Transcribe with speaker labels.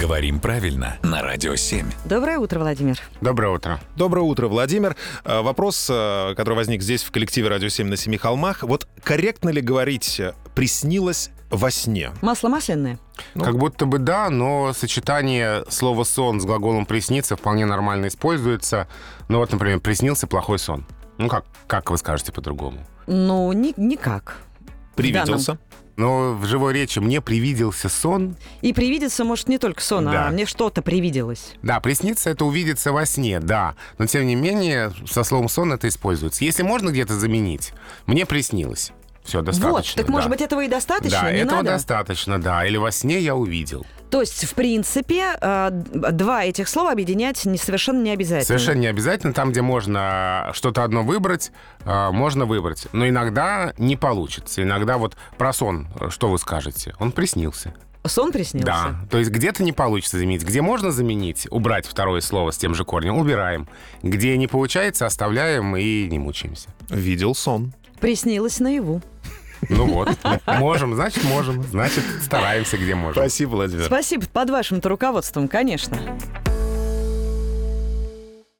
Speaker 1: Говорим правильно на Радио 7.
Speaker 2: Доброе утро, Владимир.
Speaker 3: Доброе утро.
Speaker 4: Доброе утро, Владимир. Э, Вопрос, э, который возник здесь в коллективе «Радио 7 на Семи Холмах». Вот корректно ли говорить э, «приснилось во сне»?
Speaker 2: Масло масляное?
Speaker 4: Ну.
Speaker 3: Как будто бы да, но сочетание слова «сон» с глаголом «приснится» вполне нормально используется. Ну вот, например, «приснился плохой сон». Ну как, как вы скажете по-другому?
Speaker 2: Ну, ни- никак.
Speaker 4: Привиделся?
Speaker 3: Но в живой речи «мне привиделся сон».
Speaker 2: И привидится, может, не только сон, а
Speaker 3: Да.
Speaker 2: мне что-то привиделось.
Speaker 3: Да, приснится — это увидеться во сне, да. Но тем не менее, со словом «сон» это используется. Если можно где-то заменить «мне приснилось». Все, достаточно.
Speaker 2: вот, так может
Speaker 3: да.
Speaker 2: быть этого и достаточно,
Speaker 3: Да,
Speaker 2: не
Speaker 3: этого
Speaker 2: надо.
Speaker 3: достаточно, да. Или во сне я увидел.
Speaker 2: То есть, в принципе, э, д- два этих слова объединять не, совершенно не обязательно.
Speaker 3: Совершенно не обязательно. Там, где можно что-то одно выбрать, э, можно выбрать. Но иногда не получится. Иногда вот про сон, э, что вы скажете? Он приснился.
Speaker 2: Сон приснился?
Speaker 3: Да. То есть где-то не получится заменить. Где можно заменить, убрать второе слово с тем же корнем, убираем. Где не получается, оставляем и не мучаемся.
Speaker 4: Видел сон.
Speaker 2: Приснилось наяву.
Speaker 3: Ну вот. Можем, значит, можем. Значит, стараемся, где можем.
Speaker 4: Спасибо, Владимир.
Speaker 2: Спасибо, под вашим-то руководством, конечно.